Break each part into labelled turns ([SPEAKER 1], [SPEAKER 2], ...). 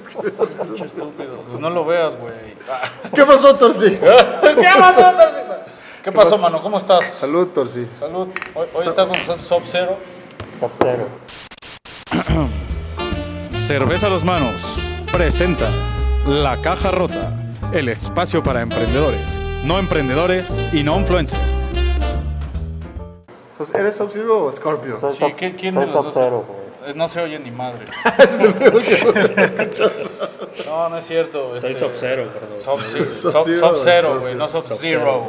[SPEAKER 1] Pinche estúpido. Pues no lo veas, güey.
[SPEAKER 2] ¿Qué pasó, Torsi?
[SPEAKER 1] ¿Qué pasó, Tarsi? ¿Qué pasó, mano? ¿Cómo estás?
[SPEAKER 2] Salud, Torsi.
[SPEAKER 1] Salud. Hoy, hoy está con nosotros Sub Zero.
[SPEAKER 3] Cerveza a los manos presenta La Caja Rota, el espacio para emprendedores, no emprendedores y no influencers.
[SPEAKER 2] Sos- ¿Eres Sub-Zero o Scorpio?
[SPEAKER 4] Soy
[SPEAKER 1] Sí,
[SPEAKER 4] Sub-
[SPEAKER 1] ¿qué- ¿quién
[SPEAKER 4] soy
[SPEAKER 1] de los dos?
[SPEAKER 4] Sub-Zero, güey.
[SPEAKER 1] Eh, No se oye ni madre.
[SPEAKER 2] Ese es el pedo que no se escucha.
[SPEAKER 1] No, no es cierto.
[SPEAKER 4] Soy
[SPEAKER 1] este,
[SPEAKER 4] Sub-Zero, perdón.
[SPEAKER 1] Sub, sí,
[SPEAKER 2] Sub
[SPEAKER 1] Sub-
[SPEAKER 2] Zero,
[SPEAKER 1] Sub Zero, güey,
[SPEAKER 2] Scorpio.
[SPEAKER 1] no Sub Zero.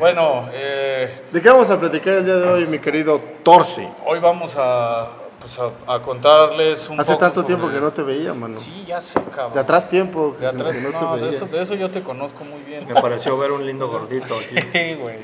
[SPEAKER 1] Bueno, eh,
[SPEAKER 2] ¿De qué vamos a platicar el día de hoy, mi querido Torsi?
[SPEAKER 1] hoy vamos a, pues, a, a contarles un
[SPEAKER 2] Hace
[SPEAKER 1] poco
[SPEAKER 2] tanto
[SPEAKER 1] sobre-
[SPEAKER 2] tiempo que no te veía, mano.
[SPEAKER 1] Sí, ya sé, cabrón.
[SPEAKER 2] De atrás tiempo que,
[SPEAKER 1] De atrás,
[SPEAKER 2] que no,
[SPEAKER 1] no,
[SPEAKER 2] te
[SPEAKER 1] de
[SPEAKER 2] veía.
[SPEAKER 1] eso, de eso yo te conozco muy bien.
[SPEAKER 4] Me pareció ver un lindo gordito aquí
[SPEAKER 1] Sí, güey.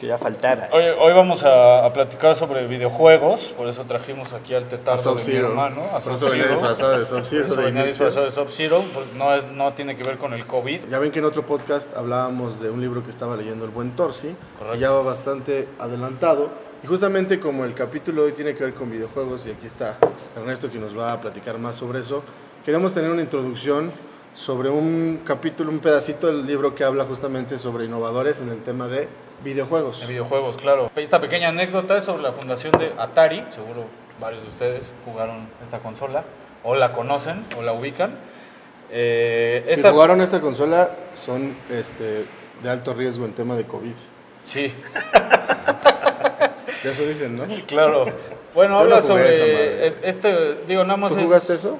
[SPEAKER 4] que ya faltaba.
[SPEAKER 1] Hoy, hoy vamos a, a platicar sobre videojuegos, por eso trajimos aquí al tetardo de mi
[SPEAKER 2] Sub-Zero.
[SPEAKER 1] hermano, a
[SPEAKER 2] Por eso venía
[SPEAKER 1] Sub-Zero.
[SPEAKER 2] disfrazado de
[SPEAKER 1] Por
[SPEAKER 2] Sub-Zero
[SPEAKER 1] eso
[SPEAKER 2] de
[SPEAKER 1] venía
[SPEAKER 2] inicio.
[SPEAKER 1] disfrazado de Sub-Zero, porque no, es- no tiene que ver con el COVID.
[SPEAKER 2] Ya ven que en otro podcast hablábamos de un libro que estaba leyendo el buen Torsi,
[SPEAKER 1] Correcto.
[SPEAKER 2] ya va bastante adelantado. Y justamente como el capítulo hoy tiene que ver con videojuegos, y aquí está Ernesto que nos va a platicar más sobre eso, queremos tener una introducción sobre un capítulo, un pedacito del libro que habla justamente sobre innovadores en el tema de videojuegos.
[SPEAKER 1] De videojuegos, claro. Esta pequeña anécdota es sobre la fundación de Atari. Seguro varios de ustedes jugaron esta consola, o la conocen, o la ubican. Eh,
[SPEAKER 2] Si
[SPEAKER 1] esta-
[SPEAKER 2] jugaron esta consola, son este, de alto riesgo en tema de COVID.
[SPEAKER 1] Sí,
[SPEAKER 2] De eso dicen, ¿no?
[SPEAKER 1] claro. Bueno,
[SPEAKER 2] Yo
[SPEAKER 1] habla
[SPEAKER 2] no jugué esa
[SPEAKER 1] sobre.
[SPEAKER 2] madre.
[SPEAKER 1] eh, Este, digo, nada más
[SPEAKER 2] ¿Tú
[SPEAKER 1] es-
[SPEAKER 2] jugaste eso?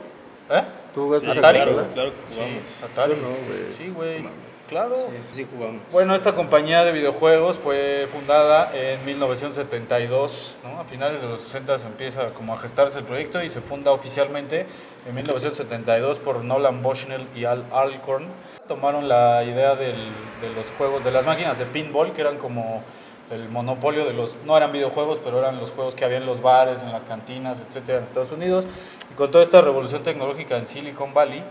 [SPEAKER 1] ¿Eh?
[SPEAKER 2] ¿Tú jugaste esa
[SPEAKER 1] ¿Atari?
[SPEAKER 2] consola?
[SPEAKER 4] claro que
[SPEAKER 1] Sí, Atari.
[SPEAKER 2] Yo no, güey.
[SPEAKER 1] Sí, güey. Claro.
[SPEAKER 4] Sí, jugamos.
[SPEAKER 1] Bueno, esta compañía de videojuegos fue fundada en 1972, ¿no? A finales de los 60 se empieza como a gestarse el proyecto y se funda oficialmente en 1972 por Nolan Bushnell y Al Alcorn. Tomaron la idea del- de los juegos, de las máquinas de pinball, que eran como el monopolio de los, no eran videojuegos, pero eran los juegos que había en los bares, en las cantinas, etcétera, en Estados Unidos. Y con toda esta revolución tecnológica en Silicon Valley,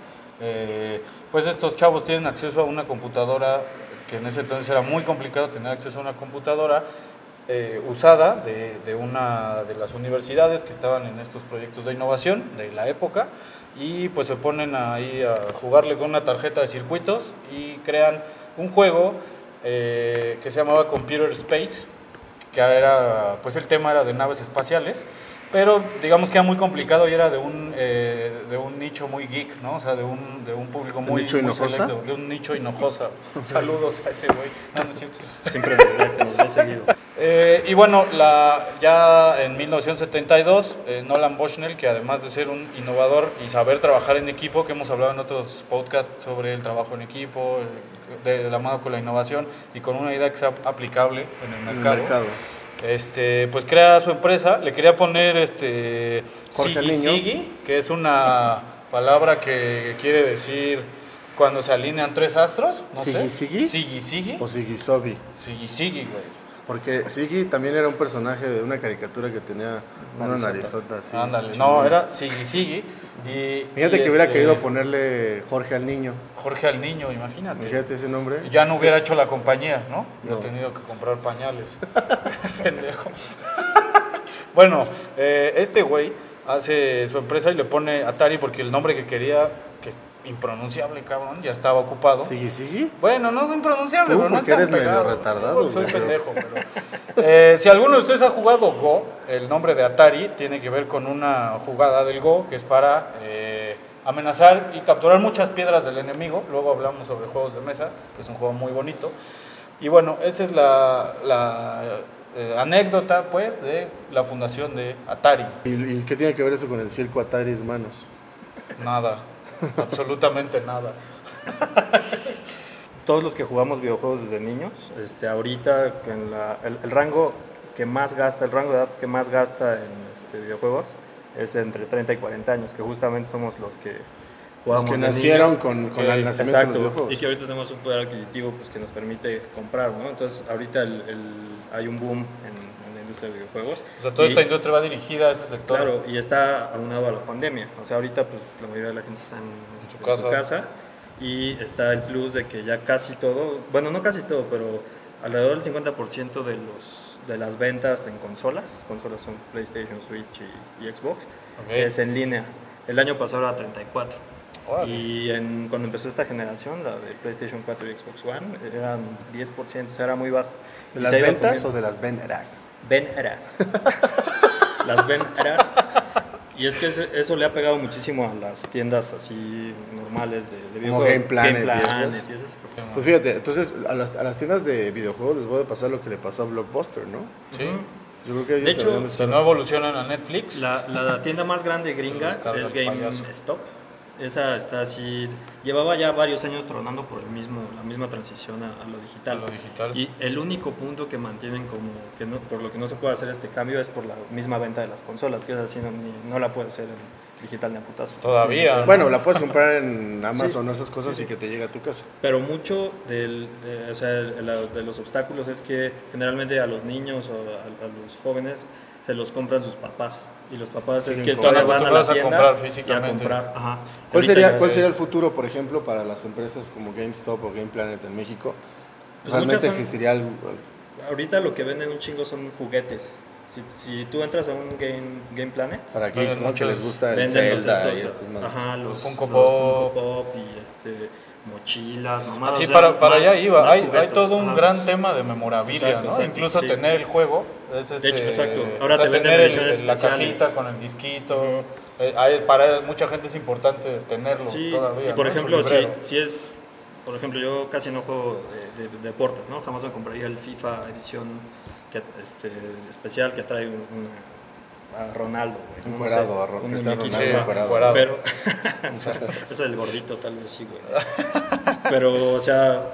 [SPEAKER 1] eh, pues estos chavos tienen acceso a una computadora que en ese entonces era muy complicado tener acceso a una computadora eh, usada de, de una de las universidades que estaban en estos proyectos de innovación de la época y pues se ponen ahí a jugarle con una tarjeta de circuitos y crean un juego eh, que se llamaba Computer Space que era, pues el tema era de naves espaciales, pero digamos que era muy complicado y era de un, eh, de un nicho muy geek, ¿no? O sea, de un, de un público muy...
[SPEAKER 2] nicho
[SPEAKER 1] muy
[SPEAKER 2] hinojosa?
[SPEAKER 1] selecto, de un nicho hinojosa. Saludos a ese güey. No, no es cierto.
[SPEAKER 4] Siempre nos ve, nos ve seguido.
[SPEAKER 1] Eh, y bueno, la, ya en 1972, eh, Nolan Bushnell, que además de ser un innovador y saber trabajar en equipo, que hemos hablado en otros podcasts sobre el trabajo en equipo, el- de, de la mano con la innovación y con una idea que sea aplicable en el
[SPEAKER 2] En el
[SPEAKER 1] mercado, Este, pues crea su empresa, le quería poner este
[SPEAKER 2] Jorge
[SPEAKER 1] Sigi
[SPEAKER 2] Niño.
[SPEAKER 1] Sigi, que es una palabra que quiere decir cuando se alinean tres astros, no sé.
[SPEAKER 2] ¿Sigi Sigi? Pues
[SPEAKER 1] Sigi Sigi.
[SPEAKER 2] O Sigisobi.
[SPEAKER 1] Sigi Sigi, güey.
[SPEAKER 2] Porque Siggy también era un personaje de una caricatura que tenía una narizota así.
[SPEAKER 1] Ándale, no,
[SPEAKER 2] chingona.
[SPEAKER 1] era Sigui Sigui. Y,
[SPEAKER 2] Fíjate
[SPEAKER 1] y
[SPEAKER 2] que hubiera
[SPEAKER 1] este,
[SPEAKER 2] querido ponerle Jorge al niño.
[SPEAKER 1] Jorge al niño, imagínate.
[SPEAKER 2] Fíjate ese nombre.
[SPEAKER 1] Ya no hubiera hecho la compañía, ¿no?
[SPEAKER 2] No.
[SPEAKER 1] He tenido que comprar pañales. Pendejo. bueno, eh, este güey hace su empresa y le pone Atari porque el nombre que quería, que es impronunciable, cabrón, ya estaba ocupado.
[SPEAKER 2] ¿Siggy Siggy?
[SPEAKER 1] Bueno, no es impronunciable,
[SPEAKER 2] Tú,
[SPEAKER 1] pero no es
[SPEAKER 2] porque
[SPEAKER 1] tan
[SPEAKER 2] eres medio
[SPEAKER 1] pegado.
[SPEAKER 2] retardado,
[SPEAKER 1] Porque Soy
[SPEAKER 2] güey, pero-
[SPEAKER 1] pendejo, pero... Eh, si alguno de ustedes ha jugado Go, el nombre de Atari tiene que ver con una jugada del Go que es para eh, amenazar y capturar muchas piedras del enemigo. Luego hablamos sobre juegos de mesa, que es un juego muy bonito. Y bueno, esa es la, la, eh, anécdota, pues, de la fundación de Atari.
[SPEAKER 2] ¿Y, y qué tiene que ver eso con el circo Atari, hermanos?
[SPEAKER 1] Nada, absolutamente nada.
[SPEAKER 4] Todos los que jugamos videojuegos desde niños, este, ahorita que en la- el, el rango que más gasta, el rango de edad que más gasta en este, videojuegos es entre 30 y 40 años, que justamente somos los que
[SPEAKER 2] Los
[SPEAKER 4] jugamos
[SPEAKER 2] que
[SPEAKER 4] de
[SPEAKER 2] nacieron
[SPEAKER 4] niños.
[SPEAKER 2] con, con
[SPEAKER 4] Eh,
[SPEAKER 2] el nacimiento de los
[SPEAKER 4] exacto, Y que
[SPEAKER 2] videojuegos.
[SPEAKER 4] ahorita tenemos un poder adquisitivo pues, que nos permite comprar, ¿no? Entonces, ahorita el- el- hay un boom en, en la industria de videojuegos.
[SPEAKER 1] O sea, toda
[SPEAKER 4] Y-
[SPEAKER 1] esta industria va dirigida a ese sector.
[SPEAKER 4] Claro, y está aunado a la pandemia. O sea, ahorita pues la mayoría de la gente está en, este, en
[SPEAKER 1] casa.
[SPEAKER 4] su casa y está el plus de que ya casi todo, bueno, no casi todo, pero alrededor del 50% de los de las ventas en consolas, consolas son PlayStation, Switch y, y Xbox,
[SPEAKER 1] Ok.
[SPEAKER 4] es en línea. El año pasado era 34.
[SPEAKER 1] Órale.
[SPEAKER 4] Y en- cuando empezó esta generación, la de PlayStation 4 y Xbox One, eran 10%, o sea, era muy bajo.
[SPEAKER 2] ¿De
[SPEAKER 4] Y
[SPEAKER 2] las
[SPEAKER 4] se ha ido
[SPEAKER 2] ventas o
[SPEAKER 4] comiendo-
[SPEAKER 2] de las ventas?
[SPEAKER 4] Veneras. las veneras. Y es que ese- eso le ha pegado muchísimo a las tiendas así normales de, de
[SPEAKER 2] Como
[SPEAKER 4] videojuegos.
[SPEAKER 2] Game Planet y esas.
[SPEAKER 4] y esas.
[SPEAKER 2] Pues fíjate, entonces a las, a las tiendas de videojuegos les voy a pasar lo que le pasó a Blockbuster, ¿no?
[SPEAKER 1] Sí.
[SPEAKER 2] Yo creo que ellos
[SPEAKER 4] De hecho,
[SPEAKER 2] deberían de
[SPEAKER 1] Si
[SPEAKER 2] estar-
[SPEAKER 1] Este, no evolucionan a Netflix,
[SPEAKER 4] La, la tienda más grande
[SPEAKER 1] Se
[SPEAKER 4] gringa
[SPEAKER 1] los carga
[SPEAKER 4] es
[SPEAKER 1] el payaso.
[SPEAKER 4] GameStop. Esa está así. Llevaba ya varios años tronando por el mismo, la misma transición a, a lo digital.
[SPEAKER 1] A lo digital.
[SPEAKER 4] Y el único punto que mantienen como que no, por lo que no se puede hacer este cambio es por la misma venta de las consolas, que es así, no, ni- no la puede hacer en digital ni a putazo.
[SPEAKER 1] todavía.
[SPEAKER 2] Bueno, la puedes comprar en Amazon o esas cosas y que te llegue a tu casa.
[SPEAKER 4] Pero mucho del, de, o sea, el- la- de los obstáculos es que generalmente a los niños o a, a los jóvenes se los compran sus papás. Y los papás es
[SPEAKER 2] Siguen
[SPEAKER 4] que
[SPEAKER 2] comprando.
[SPEAKER 4] todavía van a la
[SPEAKER 1] Acostumbrados a
[SPEAKER 4] tienda
[SPEAKER 1] comprar
[SPEAKER 4] y a
[SPEAKER 1] físicamente.
[SPEAKER 4] comprar. Ajá.
[SPEAKER 2] ¿Cuál
[SPEAKER 4] Ahorita
[SPEAKER 2] sería,
[SPEAKER 4] ya
[SPEAKER 2] ¿Cuál
[SPEAKER 4] es-
[SPEAKER 2] sería el futuro, por ejemplo, para las empresas como GameStop o Game Planet en México?
[SPEAKER 4] Pues muchas
[SPEAKER 2] ¿Realmente
[SPEAKER 4] son-
[SPEAKER 2] existiría algo?
[SPEAKER 4] Ahorita lo que venden un chingo son juguetes. Si, si tú entras a un Game, game Planet,
[SPEAKER 2] Para
[SPEAKER 1] Venden
[SPEAKER 2] aquellos ¿no? que
[SPEAKER 1] muchos-
[SPEAKER 2] les gusta Ah, el
[SPEAKER 4] venden los
[SPEAKER 2] Zelda y
[SPEAKER 4] estos,
[SPEAKER 2] estas madres.
[SPEAKER 4] ajá, los,
[SPEAKER 1] Los Funko
[SPEAKER 4] los
[SPEAKER 1] Pop.
[SPEAKER 4] Funko Pop y este, mochilas, mamadas.
[SPEAKER 1] Así
[SPEAKER 4] o sea,
[SPEAKER 1] para, para
[SPEAKER 4] más-
[SPEAKER 1] allá iba.
[SPEAKER 4] más
[SPEAKER 1] Hay, hay
[SPEAKER 4] juguetos,
[SPEAKER 1] todo un
[SPEAKER 4] ajá.
[SPEAKER 1] gran tema de memorabilia,
[SPEAKER 4] Exacto,
[SPEAKER 1] ¿no?
[SPEAKER 4] exacto,
[SPEAKER 1] Incluso
[SPEAKER 4] sí.
[SPEAKER 1] tener el juego. Es este,
[SPEAKER 4] hecho, exacto. Ahora
[SPEAKER 1] o sea,
[SPEAKER 4] te venden
[SPEAKER 1] tener el-
[SPEAKER 4] ediciones
[SPEAKER 1] la
[SPEAKER 4] especiales.
[SPEAKER 1] cajita con el disquito. Eh, hay- para mucha gente es importante tenerlo
[SPEAKER 4] Sí,
[SPEAKER 1] todavía.
[SPEAKER 4] y
[SPEAKER 1] ¿no?
[SPEAKER 4] por
[SPEAKER 1] En su
[SPEAKER 4] ejemplo, si,
[SPEAKER 1] librero.
[SPEAKER 4] si es, por ejemplo, yo casi no juego de, de- de deportes, ¿no? Jamás me compraría el FIFA edición que, este, especial que trae un, una- a Ronaldo, güey. no sé,
[SPEAKER 2] Encuerado, a Ron-
[SPEAKER 4] un
[SPEAKER 2] Cristiano
[SPEAKER 4] muñequito,
[SPEAKER 2] Ronaldo
[SPEAKER 4] ajá.
[SPEAKER 2] encuerado.
[SPEAKER 1] encuerado.
[SPEAKER 4] Pero es el gordito, tal vez sí, güey. Pero, o sea,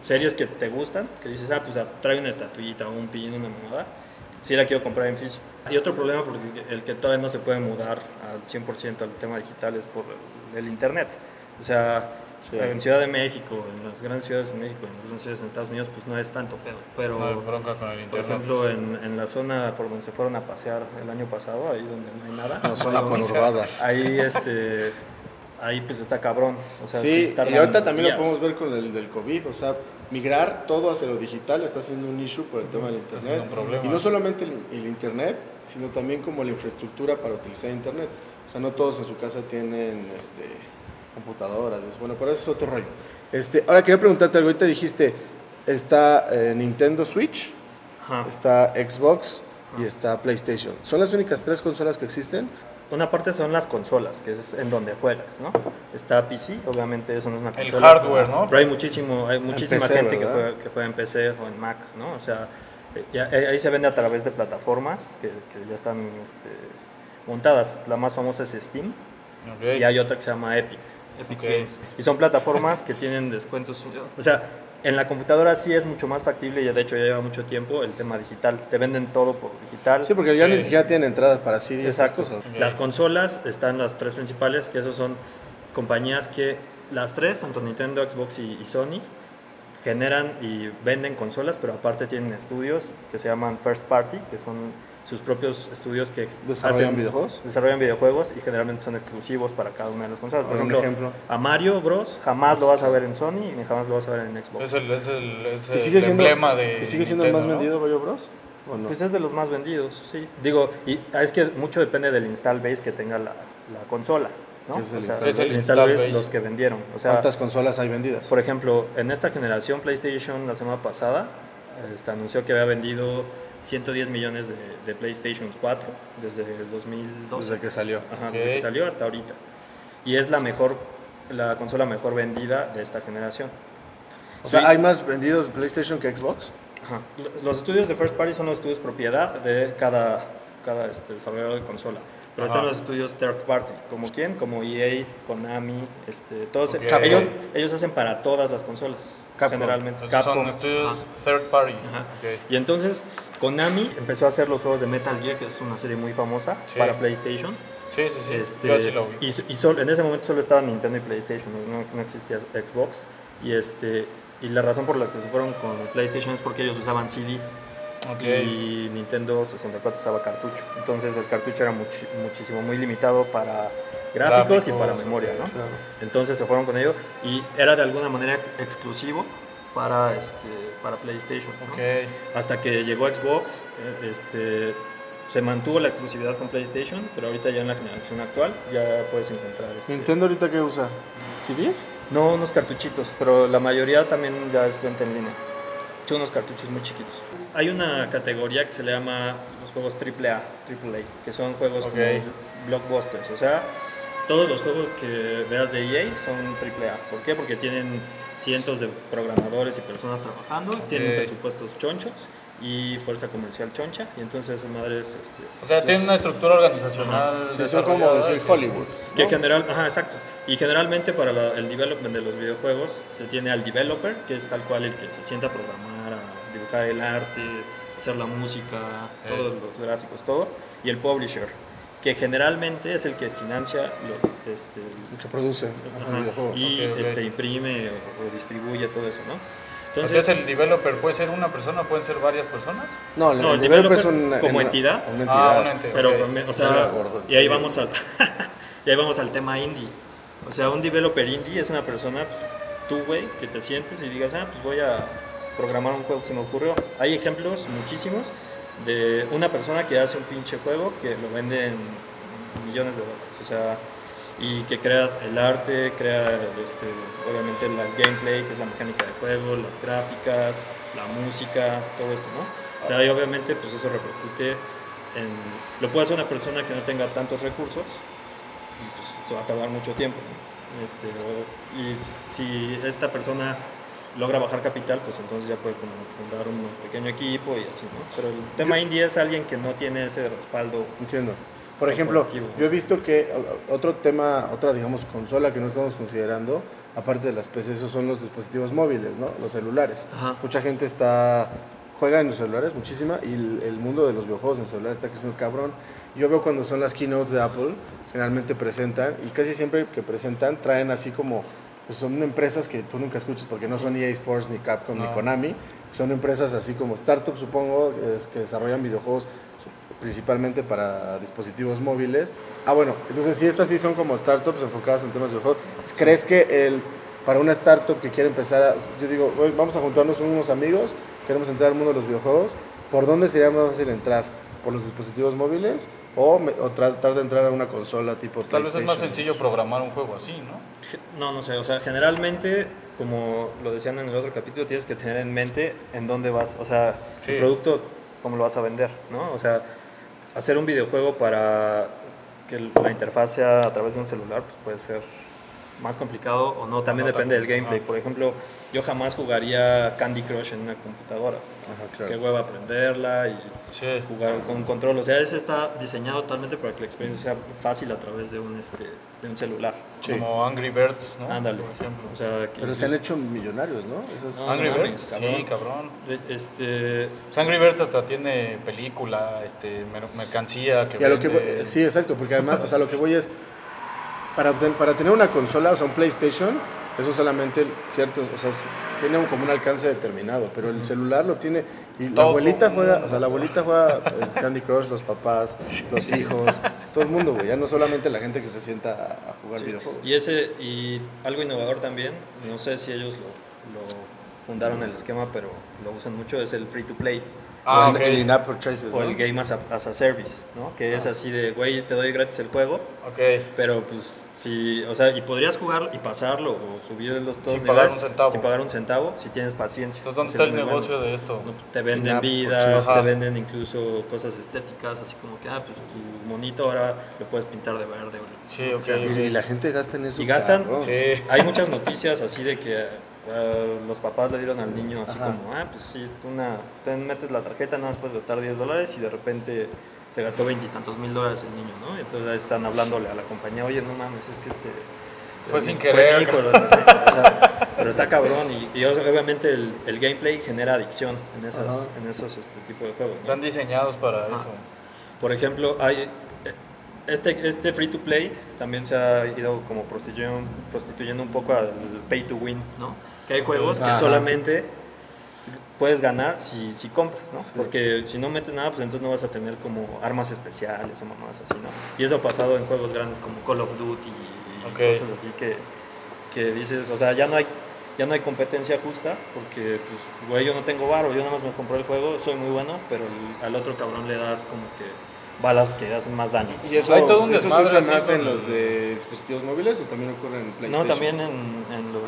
[SPEAKER 4] series que te gustan, que dices, ah, pues ah, trae una estatuillita, un pin, una mamada, sí la quiero comprar en físico. Y otro problema, porque el que todavía no se puede mudar al 100% al tema digital es por el internet. O sea, en Ciudad de México, en las grandes ciudades de México, en las grandes ciudades en Estados Unidos, pues no es tanto pedo. Pero,
[SPEAKER 1] No hay bronca con el
[SPEAKER 4] por
[SPEAKER 1] internet.
[SPEAKER 4] ejemplo, en, en la zona por donde se fueron a pasear el año pasado, ahí donde no hay nada.
[SPEAKER 2] No, zona
[SPEAKER 4] ahí donde-
[SPEAKER 2] conurbada.
[SPEAKER 4] Ahí, este, ahí pues está cabrón. O sea,
[SPEAKER 2] sí,
[SPEAKER 4] tardan
[SPEAKER 2] y ahorita también
[SPEAKER 4] días.
[SPEAKER 2] lo podemos ver con el del COVID, o sea, migrar todo hacia lo digital está siendo un issue por el tema del internet.
[SPEAKER 1] siendo un problema.
[SPEAKER 2] Y no solamente el, el internet, sino también como la infraestructura para utilizar internet. O sea, no todos en su casa tienen este, computadoras, es- bueno, pero eso es otro rollo. Este, ahora quería preguntarte algo, ahorita dijiste, está eh, Nintendo Switch,
[SPEAKER 4] Ajá.
[SPEAKER 2] está Xbox y está PlayStation. ¿Son las únicas tres consolas que existen?
[SPEAKER 4] Una parte son las consolas, que es en donde juegas, ¿no? Está PC, obviamente eso no es una
[SPEAKER 1] El
[SPEAKER 4] consola.
[SPEAKER 1] hardware, ¿no?
[SPEAKER 4] Pero hay, muchísimo, hay muchísima
[SPEAKER 2] PC,
[SPEAKER 4] gente que
[SPEAKER 2] ¿verdad?
[SPEAKER 4] juega, que juega en PC o en Mac, ¿no? O sea, eh, ya- eh, ahí se vende a través de plataformas que, que ya están este, montadas. La más famosa es Steam
[SPEAKER 1] Ok.
[SPEAKER 4] y hay otra que se llama Epic. Epic
[SPEAKER 1] Ok.
[SPEAKER 4] Games. Y son plataformas que tienen descuentos. O sea, en la computadora sí es mucho más factible y de hecho ya lleva mucho tiempo el tema digital. Te venden todo por digital.
[SPEAKER 2] Sí, porque ya
[SPEAKER 1] Sí.
[SPEAKER 2] ni siquiera tienen entradas para Siri y esas
[SPEAKER 4] Exacto.
[SPEAKER 2] cosas.
[SPEAKER 4] Las consolas están las tres principales, que esos son compañías que las tres, tanto Nintendo, Xbox y, y Sony, generan y venden consolas, pero aparte tienen estudios que se llaman first party, que son sus propios estudios que
[SPEAKER 2] ¿Desarrollan videojuegos?
[SPEAKER 4] desarrollan videojuegos y generalmente son exclusivos para cada una de las consolas. Por
[SPEAKER 2] Un
[SPEAKER 4] ejemplo,
[SPEAKER 2] ejemplo.
[SPEAKER 4] a Mario Bros jamás lo vas a ver en Sony ni jamás lo vas a ver en Xbox.
[SPEAKER 1] Es el, es el, es
[SPEAKER 2] ¿Y sigue
[SPEAKER 1] el
[SPEAKER 2] siendo,
[SPEAKER 1] emblema de.
[SPEAKER 2] ¿y sigue siendo el
[SPEAKER 1] Nintendo,
[SPEAKER 2] más
[SPEAKER 1] ¿no?
[SPEAKER 2] vendido Mario Bros? ¿O no?
[SPEAKER 4] Pues es de los más vendidos, sí. Digo, y ah, es que mucho depende del install base que tenga la, la consola, ¿no?
[SPEAKER 2] ¿Qué es el install
[SPEAKER 1] base? Es el install
[SPEAKER 4] install base,
[SPEAKER 1] base.
[SPEAKER 4] los que vendieron. O sea,
[SPEAKER 2] ¿Cuántas consolas hay vendidas?
[SPEAKER 4] por ejemplo, en esta generación PlayStation la semana pasada este, anunció que había vendido 110 millones de, de PlayStation 4 desde el 2012.
[SPEAKER 2] Desde que salió.
[SPEAKER 4] Ajá, desde que
[SPEAKER 1] Ok.
[SPEAKER 4] salió hasta ahorita. Y es la mejor, la consola mejor vendida de esta generación.
[SPEAKER 2] O sea, ¿hay más vendidos PlayStation que Xbox?
[SPEAKER 4] Ajá. Los- Los estudios de first party son los estudios propiedad de cada, cada este, desarrollador de consola. Pero
[SPEAKER 1] Ajá.
[SPEAKER 4] están los estudios third party, como quién, como EA, Konami, este, todos.
[SPEAKER 1] Ok.
[SPEAKER 4] Ellos,
[SPEAKER 2] Capcom.
[SPEAKER 4] ellos hacen para todas las consolas,
[SPEAKER 2] Capcom.
[SPEAKER 4] generalmente.
[SPEAKER 1] Entonces Son
[SPEAKER 4] Capcom.
[SPEAKER 1] estudios
[SPEAKER 4] Ajá.
[SPEAKER 1] third party.
[SPEAKER 4] Ajá.
[SPEAKER 1] Ok.
[SPEAKER 4] Y entonces Konami empezó a hacer los juegos de Metal Gear, que es una serie muy famosa
[SPEAKER 1] Sí.
[SPEAKER 4] para PlayStation.
[SPEAKER 1] Sí, sí, sí.
[SPEAKER 4] Este,
[SPEAKER 1] Yo sí lo vi.
[SPEAKER 4] y, so- y solo- en ese momento solo estaban Nintendo y PlayStation, no, no- no existía Xbox. Y, este, y la razón por la que se fueron con PlayStation es porque ellos usaban CD
[SPEAKER 1] Ok.
[SPEAKER 4] y Nintendo 64 usaba cartucho. Entonces el cartucho era muchi- muchísimo, muy limitado para gráficos, y
[SPEAKER 1] Gráficos,
[SPEAKER 4] para memoria, ¿no? Entonces se fueron con ello y era de alguna manera ex- exclusivo para, este, para PlayStation. ¿no?
[SPEAKER 1] Ok.
[SPEAKER 4] Hasta que llegó Xbox, eh, este, se mantuvo la exclusividad con PlayStation, pero ahorita ya en la generación actual ya puedes encontrar este,
[SPEAKER 2] ¿Nintendo ahorita qué usa? ¿CDs?
[SPEAKER 4] No unos cartuchitos, pero la mayoría también ya es venta en línea. Son unos cartuchos muy chiquitos. Hay una categoría que se le llama los juegos AAA, AAA que son juegos
[SPEAKER 1] Ok.
[SPEAKER 4] como blockbusters. O sea, todos los juegos que veas de EA son AAA. ¿Por qué? Porque tienen cientos de programadores y personas trabajando, tienen presupuestos chonchos y fuerza comercial choncha. Y entonces, esa madre es... Este,
[SPEAKER 1] O sea, tiene
[SPEAKER 4] entonces-
[SPEAKER 1] una estructura organizacional.
[SPEAKER 5] Sí, son como
[SPEAKER 1] desarrollada
[SPEAKER 5] decir
[SPEAKER 1] que-
[SPEAKER 5] Hollywood.
[SPEAKER 4] Que general, ajá, exacto. Y generalmente para la- el development de los videojuegos se tiene al developer, que es tal cual el que se sienta a programar, a dibujar el arte, hacer la música,
[SPEAKER 1] Eh.
[SPEAKER 4] todos los gráficos, todo. Y el publisher, que generalmente es el que financia lo, este, el-
[SPEAKER 2] Que produce
[SPEAKER 4] ajá,
[SPEAKER 2] el videojuego.
[SPEAKER 4] y
[SPEAKER 1] ok, ok.
[SPEAKER 4] este, imprime o, o distribuye todo eso, ¿no?
[SPEAKER 1] Entonces, el developer puede ser una persona, pueden ser varias personas.
[SPEAKER 2] No,
[SPEAKER 4] No, el developer como entidad.
[SPEAKER 2] Una
[SPEAKER 1] Ah,
[SPEAKER 2] entidad.
[SPEAKER 1] un ente,
[SPEAKER 4] Pero,
[SPEAKER 1] ok.
[SPEAKER 4] o sea,
[SPEAKER 2] Dale, gordo, en
[SPEAKER 4] y ahí
[SPEAKER 2] serio.
[SPEAKER 4] vamos al, y ahí vamos al tema indie. O sea, un developer indie es una persona, pues, tú, güey, que te sientes y digas, ah, pues voy a programar un juego que se me ocurrió. Hay ejemplos muchísimos de una persona que hace un pinche juego que lo vende en millones de dólares. O sea, y que crea el arte, crea, este, obviamente, la- el gameplay, que es la mecánica del juego, las gráficas, la música, todo esto, ¿no? O sea, y obviamente, pues eso repercute en, lo puede hacer una persona que no tenga tantos recursos y pues, se va a tardar mucho tiempo. ¿no? Este, o- y si esta persona logra bajar capital, pues entonces ya puede como fundar un pequeño equipo y así, ¿no? Pero el tema indie es alguien que no tiene ese respaldo.
[SPEAKER 2] Entiendo. Por ejemplo,
[SPEAKER 4] Corporativo.
[SPEAKER 2] yo he visto que o- otro tema, otra, digamos, consola que no estamos considerando, aparte de las PCs, esos son los dispositivos móviles, ¿no? Los celulares.
[SPEAKER 4] Ajá.
[SPEAKER 2] Mucha gente está juega en los celulares muchísima y el, el mundo de los videojuegos en celular está creciendo cabrón. Yo veo cuando son las keynotes de Apple, generalmente presentan y casi siempre que presentan traen así como pues son empresas que tú nunca escuchas porque no son EA Sports ni Capcom ni Konami, son empresas así como startups supongo es- que desarrollan videojuegos su- principalmente para dispositivos móviles. Ah, bueno, entonces si estas sí son como startups enfocadas en temas de videojuegos, ¿crees que el para una startup que quiere empezar, a- yo digo, "Oye, vamos a juntarnos unos amigos, queremos entrar al mundo de los videojuegos, ¿por dónde sería más fácil entrar? ¿Por los dispositivos móviles o, me- o tratar de entrar a una consola tipo
[SPEAKER 1] Pues Tal vez es más
[SPEAKER 2] PlayStation?
[SPEAKER 1] sencillo programar un juego así, ¿no?
[SPEAKER 4] No, no sé, o sea, generalmente, como lo decían en el otro capítulo, tienes que tener en mente en dónde vas, o sea,
[SPEAKER 1] Sí.
[SPEAKER 4] el producto, cómo lo vas a vender, ¿no? O sea, hacer un videojuego para que la interfaz sea a través de un celular, pues puede ser más complicado o no, también
[SPEAKER 1] No,
[SPEAKER 4] depende del
[SPEAKER 1] tampoco,
[SPEAKER 4] gameplay.
[SPEAKER 1] ah.
[SPEAKER 4] Por ejemplo, yo jamás jugaría Candy Crush en una computadora.
[SPEAKER 2] Ajá,
[SPEAKER 4] Qué
[SPEAKER 2] claro.
[SPEAKER 4] hueva aprenderla y
[SPEAKER 1] Sí.
[SPEAKER 4] jugar con control. O sea, ese está diseñado totalmente para que la experiencia sea fácil a través de un, este, de un celular.
[SPEAKER 1] Como Angry Birds, ¿no?
[SPEAKER 4] Ándale.
[SPEAKER 1] Por ejemplo.
[SPEAKER 4] O sea, que-
[SPEAKER 2] Pero se han hecho millonarios, ¿no? Esas-
[SPEAKER 4] No,
[SPEAKER 1] Angry
[SPEAKER 4] mames,
[SPEAKER 1] Birds,
[SPEAKER 4] cabrón.
[SPEAKER 1] sí, cabrón.
[SPEAKER 4] de- este,
[SPEAKER 1] Pues Angry Birds hasta tiene película, este, mer- mercancía que
[SPEAKER 2] Y a lo que voy- eh,
[SPEAKER 1] vende.
[SPEAKER 2] sí, exacto, porque además, o sea, lo que voy es para, obten- para tener una consola, o sea, un PlayStation, eso solamente ciertos, o sea, es- tiene un, como un alcance determinado, pero el celular lo tiene y la
[SPEAKER 1] Todo
[SPEAKER 2] abuelita juega,
[SPEAKER 1] mundo.
[SPEAKER 2] o sea, la abuelita juega pues, Candy Crush, los papás, los hijos, todo el mundo, güey, ya no solamente la gente que se sienta a, a jugar
[SPEAKER 4] sí.
[SPEAKER 2] videojuegos.
[SPEAKER 4] Y ese, y algo innovador también, no sé si ellos lo, lo fundaron el esquema, pero lo usan mucho, es el free to play.
[SPEAKER 1] Ah,
[SPEAKER 2] O el,
[SPEAKER 1] ok.
[SPEAKER 2] el in-app purchases,
[SPEAKER 4] O
[SPEAKER 2] Pues ¿no? Ah.
[SPEAKER 4] el Game as a, as a Service, ¿no? Que es así de, güey, te doy gratis el juego,
[SPEAKER 1] Ok.
[SPEAKER 4] Pero pues sí, o sea, y podrías jugar y pasarlo o subir los todos
[SPEAKER 1] Sin pagar
[SPEAKER 4] niveles
[SPEAKER 1] un centavo.
[SPEAKER 4] sin pagar un centavo si tienes paciencia.
[SPEAKER 1] Entonces, ¿dónde
[SPEAKER 4] Si
[SPEAKER 1] está
[SPEAKER 4] eres
[SPEAKER 1] el
[SPEAKER 4] muy
[SPEAKER 1] negocio
[SPEAKER 4] bueno.
[SPEAKER 1] de esto?
[SPEAKER 4] No, pues, te venden
[SPEAKER 2] Nap,
[SPEAKER 4] vidas,
[SPEAKER 1] coches.
[SPEAKER 4] te venden incluso cosas estéticas, así como que, ah, pues tu monito ahora lo puedes pintar de verde. o-
[SPEAKER 1] Sí,
[SPEAKER 4] o
[SPEAKER 1] ok,
[SPEAKER 4] sea,
[SPEAKER 2] Y, y la gente gasta en eso.
[SPEAKER 4] Y gastan,
[SPEAKER 2] cabrón.
[SPEAKER 1] Sí.
[SPEAKER 4] Hay muchas noticias así de que eh, los papás le dieron al niño así como, ah, pues sí, una, te metes la tarjeta, nada más puedes gastar 10 dólares y de repente se gastó veintitantos mil dólares el niño, ¿no? Entonces ahí están hablándole a la compañía, oye, no mames, es que este...
[SPEAKER 1] Fue
[SPEAKER 4] eh,
[SPEAKER 1] sin querer.
[SPEAKER 4] mi hijo, la tarjeta", o sea, pero está cabrón y, y obviamente el, el gameplay genera adicción en, esas, en esos este, tipo de juegos. ¿no?
[SPEAKER 1] Están diseñados para
[SPEAKER 4] Ajá.
[SPEAKER 1] eso.
[SPEAKER 4] Por ejemplo, hay este, este free to play también se ha ido como prostituyendo, prostituyendo un poco al pay to win, ¿no? Que hay juegos que
[SPEAKER 2] Ajá.
[SPEAKER 4] solamente puedes ganar si, si compras, ¿no? Porque si no metes nada, pues entonces no vas a tener como armas especiales o mamás así, ¿no? Y eso ha pasado en juegos grandes como Call of Duty y
[SPEAKER 1] Ok.
[SPEAKER 4] cosas así que, que dices, o sea, ya no hay ya no hay competencia justa porque pues güey yo no tengo varo, yo nada más me compré el juego, soy muy bueno, pero el- al otro cabrón le das como que balas que hacen más daño.
[SPEAKER 5] ¿Y eso,
[SPEAKER 1] Hay todo un
[SPEAKER 5] eso se
[SPEAKER 1] desmadre
[SPEAKER 5] usa
[SPEAKER 1] así
[SPEAKER 5] más en
[SPEAKER 1] con-
[SPEAKER 5] los de dispositivos móviles o también ocurre en PlayStation?
[SPEAKER 4] No, también en, en los...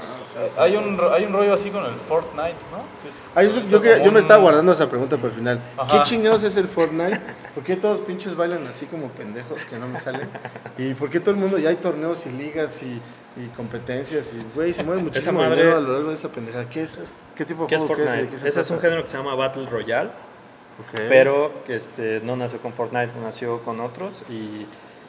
[SPEAKER 1] Eh, Hay un, ro- hay un rollo así con el Fortnite, ¿no? Que es-
[SPEAKER 2] Ah, yo, yo quería- yo me estaba guardando esa pregunta para el final.
[SPEAKER 1] Ajá.
[SPEAKER 2] ¿Qué chingados es el Fortnite? ¿Por qué todos pinches bailan así como pendejos que no me salen? ¿Y por qué todo el mundo ya hay torneos y ligas y, y competencias y güey, se mueve muchísimo
[SPEAKER 4] madre-
[SPEAKER 2] dinero a lo largo de esa pendejada? ¿Qué es? es- ¿Qué tipo de
[SPEAKER 4] Ah, ¿Qué es
[SPEAKER 2] juego que
[SPEAKER 4] Fortnite?
[SPEAKER 2] es?
[SPEAKER 4] Ese es un género que se llama Battle Royale, pero que este, no nació con Fortnite, nació con otros y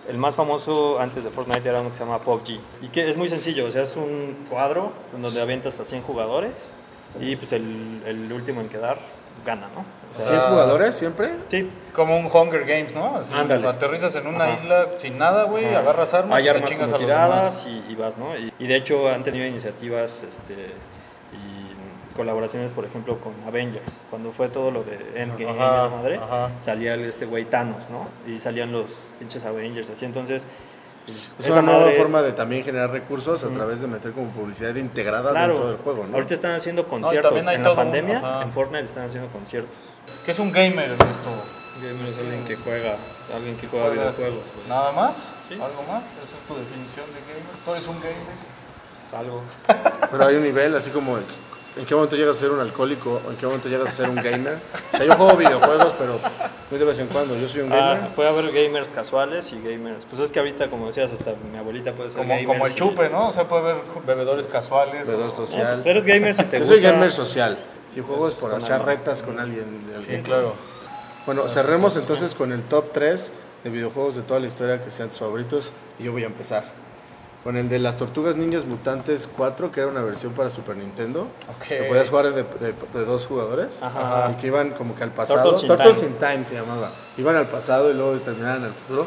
[SPEAKER 4] el más famoso antes de Fortnite era uno que se llama PUBG y que es muy sencillo, o sea, es un cuadro en donde avientas a 100 jugadores y pues el, el último en quedar gana, ¿no? O sea,
[SPEAKER 2] ¿Cien jugadores siempre?
[SPEAKER 4] sí,
[SPEAKER 1] Como un Hunger Games, ¿no? Así,
[SPEAKER 4] Ándale.
[SPEAKER 1] Aterrizas en una
[SPEAKER 4] Ajá.
[SPEAKER 1] isla sin nada, güey, agarras armas
[SPEAKER 4] Hay
[SPEAKER 1] y te
[SPEAKER 4] armas
[SPEAKER 1] chingas
[SPEAKER 4] como
[SPEAKER 1] a los demás.
[SPEAKER 4] tiradas y, y vas, ¿no? Y, y de hecho han tenido iniciativas este, y colaboraciones, por ejemplo, con Avengers. Cuando fue todo lo de Endgame, y
[SPEAKER 1] Ajá,
[SPEAKER 4] esa madre,
[SPEAKER 1] ajá.
[SPEAKER 4] salía el- este güey Thanos, ¿no? Y salían los pinches Avengers, así. Entonces, pues,
[SPEAKER 2] Es
[SPEAKER 4] esa
[SPEAKER 2] una nueva
[SPEAKER 4] madre-
[SPEAKER 2] forma de también generar recursos a través de meter como publicidad integrada
[SPEAKER 4] Claro,
[SPEAKER 2] dentro del juego, ¿no?
[SPEAKER 4] ahorita están haciendo
[SPEAKER 1] y
[SPEAKER 4] conciertos.
[SPEAKER 1] también hay
[SPEAKER 4] en la
[SPEAKER 1] todo un-
[SPEAKER 4] pandemia,
[SPEAKER 1] ajá.
[SPEAKER 4] en Fortnite están haciendo conciertos.
[SPEAKER 1] ¿Qué es un gamer esto?
[SPEAKER 4] alguien que juega, alguien que juega
[SPEAKER 1] Juega.
[SPEAKER 4] videojuegos, pues.
[SPEAKER 1] ¿Nada más?
[SPEAKER 4] Sí.
[SPEAKER 1] ¿Algo más? ¿Esa es tu definición de gamer? ¿Tú eres un gamer?
[SPEAKER 4] Algo.
[SPEAKER 2] Pero hay un nivel, así como en qué momento llegas a ser un alcohólico, o en qué momento llegas a ser un gamer. O sea, yo juego videojuegos, pero muy de vez en cuando. Yo soy un gamer.
[SPEAKER 4] Ah, puede haber gamers casuales y gamers. Pues es que ahorita, como decías, hasta mi abuelita puede ser
[SPEAKER 1] Como,
[SPEAKER 4] gamer
[SPEAKER 1] como el
[SPEAKER 4] y-
[SPEAKER 1] chupe, ¿no? O sea, puede haber bebedores casuales.
[SPEAKER 2] Vendedor
[SPEAKER 1] o-
[SPEAKER 4] No,
[SPEAKER 2] social.
[SPEAKER 4] pues eres gamer si te
[SPEAKER 2] Yo
[SPEAKER 4] gusta.
[SPEAKER 2] soy
[SPEAKER 4] Pues
[SPEAKER 2] gamer social. Si juego es por
[SPEAKER 4] con
[SPEAKER 2] echar
[SPEAKER 4] alguien.
[SPEAKER 2] retas con alguien. de algún
[SPEAKER 1] Sí,
[SPEAKER 2] tipo.
[SPEAKER 1] claro.
[SPEAKER 2] Bueno, cerremos entonces con el top 3 de videojuegos de toda la historia que sean tus favoritos. Y yo voy a empezar. Con el de las Tortugas Ninjas Mutantes 4, que era una versión para Super Nintendo.
[SPEAKER 1] Ok.
[SPEAKER 2] Que podías jugar de, de- de dos jugadores.
[SPEAKER 4] Ajá.
[SPEAKER 2] Y que iban como que al pasado.
[SPEAKER 4] Turtles in
[SPEAKER 2] Turtles
[SPEAKER 4] Time.
[SPEAKER 2] in Time se llamaba. Iban al pasado y luego terminaban al futuro.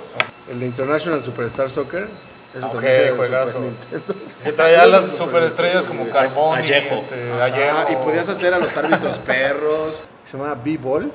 [SPEAKER 2] El de International Superstar Soccer. Ese
[SPEAKER 1] Ok,
[SPEAKER 2] también era de
[SPEAKER 1] juegazo.
[SPEAKER 2] Super Nintendo.
[SPEAKER 1] Que traía las superestrellas como Carbón y
[SPEAKER 4] Vallejo.
[SPEAKER 1] este,
[SPEAKER 2] Ah,
[SPEAKER 4] oh.
[SPEAKER 1] Vallejo.
[SPEAKER 2] y podías hacer a los árbitros perros. Se llamaba B-Ball,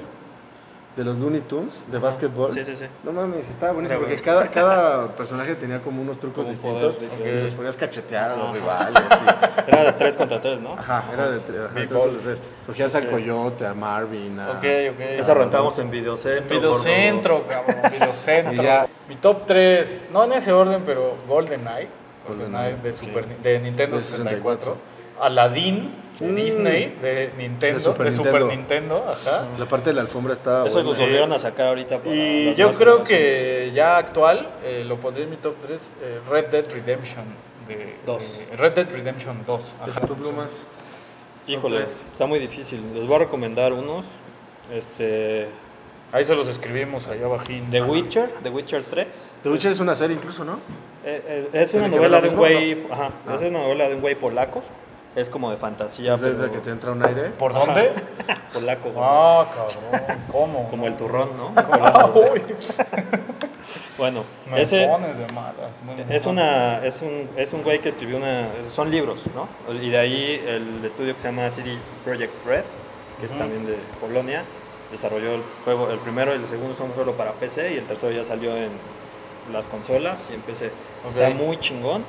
[SPEAKER 2] de los Looney Tunes, de básquetbol.
[SPEAKER 4] Sí, sí, sí.
[SPEAKER 2] No mames, estaba buenísimo
[SPEAKER 4] Era
[SPEAKER 2] porque cada, cada personaje tenía como unos trucos
[SPEAKER 4] Como
[SPEAKER 2] distintos.
[SPEAKER 4] poderes,
[SPEAKER 2] y Los podías cachetear a los
[SPEAKER 4] Ajá.
[SPEAKER 2] rivales. y-
[SPEAKER 4] Era de 3 contra 3, ¿no?
[SPEAKER 2] Ajá, era de tres. ajá,
[SPEAKER 1] B-Ball.
[SPEAKER 2] entonces, pues, Cogías
[SPEAKER 4] Sí,
[SPEAKER 2] al
[SPEAKER 4] sí.
[SPEAKER 2] coyote, a Marvin, a...
[SPEAKER 1] Ok, ok.
[SPEAKER 4] Esa rentábamos en videocentro.
[SPEAKER 1] Videocentro, cabrón,
[SPEAKER 2] Y
[SPEAKER 1] videocentro.
[SPEAKER 2] ya.
[SPEAKER 1] Mi top 3, no en ese orden, pero GoldenEye, GoldenEye
[SPEAKER 2] GoldenEye,
[SPEAKER 1] de,
[SPEAKER 2] ok.
[SPEAKER 1] Super, Ni- de Nintendo
[SPEAKER 2] De
[SPEAKER 1] 64, Aladdin de
[SPEAKER 2] Mm.
[SPEAKER 1] Disney, de Nintendo, de Super,
[SPEAKER 2] De Super
[SPEAKER 1] Nintendo, ajá.
[SPEAKER 2] La parte de la alfombra estaba
[SPEAKER 4] Eso
[SPEAKER 2] buena.
[SPEAKER 4] nos volvieron a sacar ahorita. para
[SPEAKER 1] Y
[SPEAKER 4] las
[SPEAKER 1] yo
[SPEAKER 4] nuevas
[SPEAKER 1] creo
[SPEAKER 4] generaciones.
[SPEAKER 1] que ya actual, eh, lo pondría en mi top 3, Red Dead Redemption. De,
[SPEAKER 4] Dos.
[SPEAKER 1] de- Red Dead Redemption 2.
[SPEAKER 2] Las
[SPEAKER 1] ajá.
[SPEAKER 2] plumas.
[SPEAKER 4] Híjole, está muy difícil. Les voy a recomendar unos. Este.
[SPEAKER 1] Ahí se los escribimos allá bajín.
[SPEAKER 4] The Witcher, The Witcher 3.
[SPEAKER 2] The Witcher es una serie incluso, ¿no?
[SPEAKER 4] Eh, eh, es
[SPEAKER 2] ¿Tiene
[SPEAKER 4] una
[SPEAKER 2] que ver lo
[SPEAKER 4] novela de un
[SPEAKER 2] mismo,
[SPEAKER 4] güey. Ajá,
[SPEAKER 1] Ah.
[SPEAKER 4] es una novela de un güey polaco. Es como de fantasía,
[SPEAKER 2] es de- de
[SPEAKER 4] pero
[SPEAKER 2] que te entra un aire.
[SPEAKER 1] ¿Por dónde?
[SPEAKER 4] polaco. güey.
[SPEAKER 1] Ah, cabrón. ¿Cómo?
[SPEAKER 4] Como el turrón, ¿no?
[SPEAKER 1] Uy,
[SPEAKER 4] bueno,
[SPEAKER 1] me
[SPEAKER 4] ese,
[SPEAKER 1] pones de malas. bueno,
[SPEAKER 4] Es
[SPEAKER 1] no.
[SPEAKER 4] una es un es un güey que escribió una son libros, ¿no? Y de ahí el estudio que se llama CD Project Red, que es también de Polonia, desarrolló el juego, el primero y el segundo son solo para PC y el tercero ya salió en las consolas y en PC. Está
[SPEAKER 1] Ok.
[SPEAKER 4] muy chingón.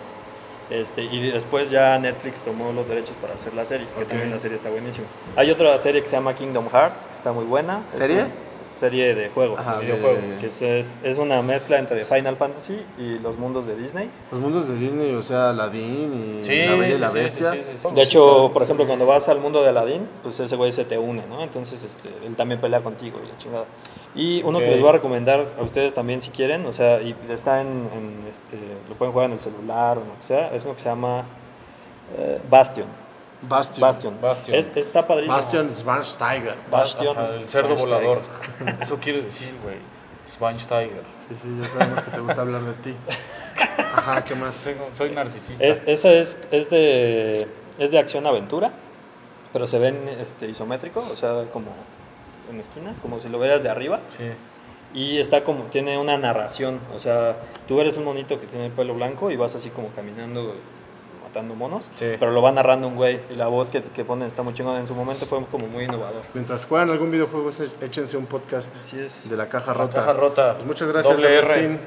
[SPEAKER 4] Este, y después ya Netflix tomó los derechos para hacer la serie, que
[SPEAKER 2] Ok.
[SPEAKER 4] también la serie está buenísima. Hay otra serie que se llama Kingdom Hearts, que está muy buena. Es
[SPEAKER 2] ¿Serie?
[SPEAKER 4] una Serie de juegos.
[SPEAKER 2] Ajá,
[SPEAKER 1] videojuegos.
[SPEAKER 2] bien, bien,
[SPEAKER 4] Que
[SPEAKER 2] bien.
[SPEAKER 4] es, es- es una mezcla entre Final Fantasy y los mundos de Disney.
[SPEAKER 2] Los mundos de Disney, o sea, Aladdin y La Bella y la Bestia.
[SPEAKER 4] De hecho, por ejemplo, cuando vas al mundo de Aladdin, pues ese güey se te une, ¿no? Entonces, este, él también pelea contigo y la chingada. Y uno
[SPEAKER 1] Ok.
[SPEAKER 4] que les voy a recomendar a ustedes también si quieren, o sea, y está en, en, este, lo pueden jugar en el celular o lo que sea, es uno que se llama eh, Bastion.
[SPEAKER 2] Bastion.
[SPEAKER 4] Bastion.
[SPEAKER 1] Bastion.
[SPEAKER 4] Es- está padrísimo.
[SPEAKER 2] Bastion Schweinsteiger.
[SPEAKER 4] Bastion. este
[SPEAKER 1] Ajá, el cerdo
[SPEAKER 4] Bastion.
[SPEAKER 1] volador. Eso quiero decir, güey. Schweinsteiger.
[SPEAKER 2] Sí, sí, ya sabemos que te gusta hablar de ti. Ajá, ¿qué más?
[SPEAKER 1] Tengo- soy narcisista.
[SPEAKER 4] Es, esa es, es de, es de acción-aventura, pero se ven este, isométrico, o sea, como en esquina, como si lo vieras de arriba.
[SPEAKER 1] Sí.
[SPEAKER 4] Y está como, tiene una narración, o sea, tú eres un monito que tiene el pelo blanco y vas así como caminando, matando monos,
[SPEAKER 1] Sí.
[SPEAKER 4] pero lo va narrando un güey y la voz que, que ponen está muy chingona, en su momento fue como muy innovador.
[SPEAKER 2] Mientras juegan algún videojuego, se- échense un podcast
[SPEAKER 4] Así es.
[SPEAKER 2] de la caja
[SPEAKER 1] La
[SPEAKER 2] rota.
[SPEAKER 1] caja rota.
[SPEAKER 2] Pues muchas gracias,
[SPEAKER 1] Doble R.
[SPEAKER 2] Agustín,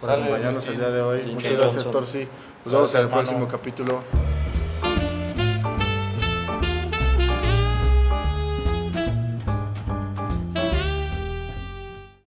[SPEAKER 2] por
[SPEAKER 1] Sale,
[SPEAKER 2] acompañarnos
[SPEAKER 1] Agustín.
[SPEAKER 2] el día de hoy.
[SPEAKER 4] Y
[SPEAKER 2] muchas
[SPEAKER 4] Jay
[SPEAKER 2] gracias,
[SPEAKER 4] Thompson.
[SPEAKER 2] Torsi. Nos vemos en
[SPEAKER 1] Gracias,
[SPEAKER 2] el
[SPEAKER 1] mano.
[SPEAKER 2] próximo capítulo.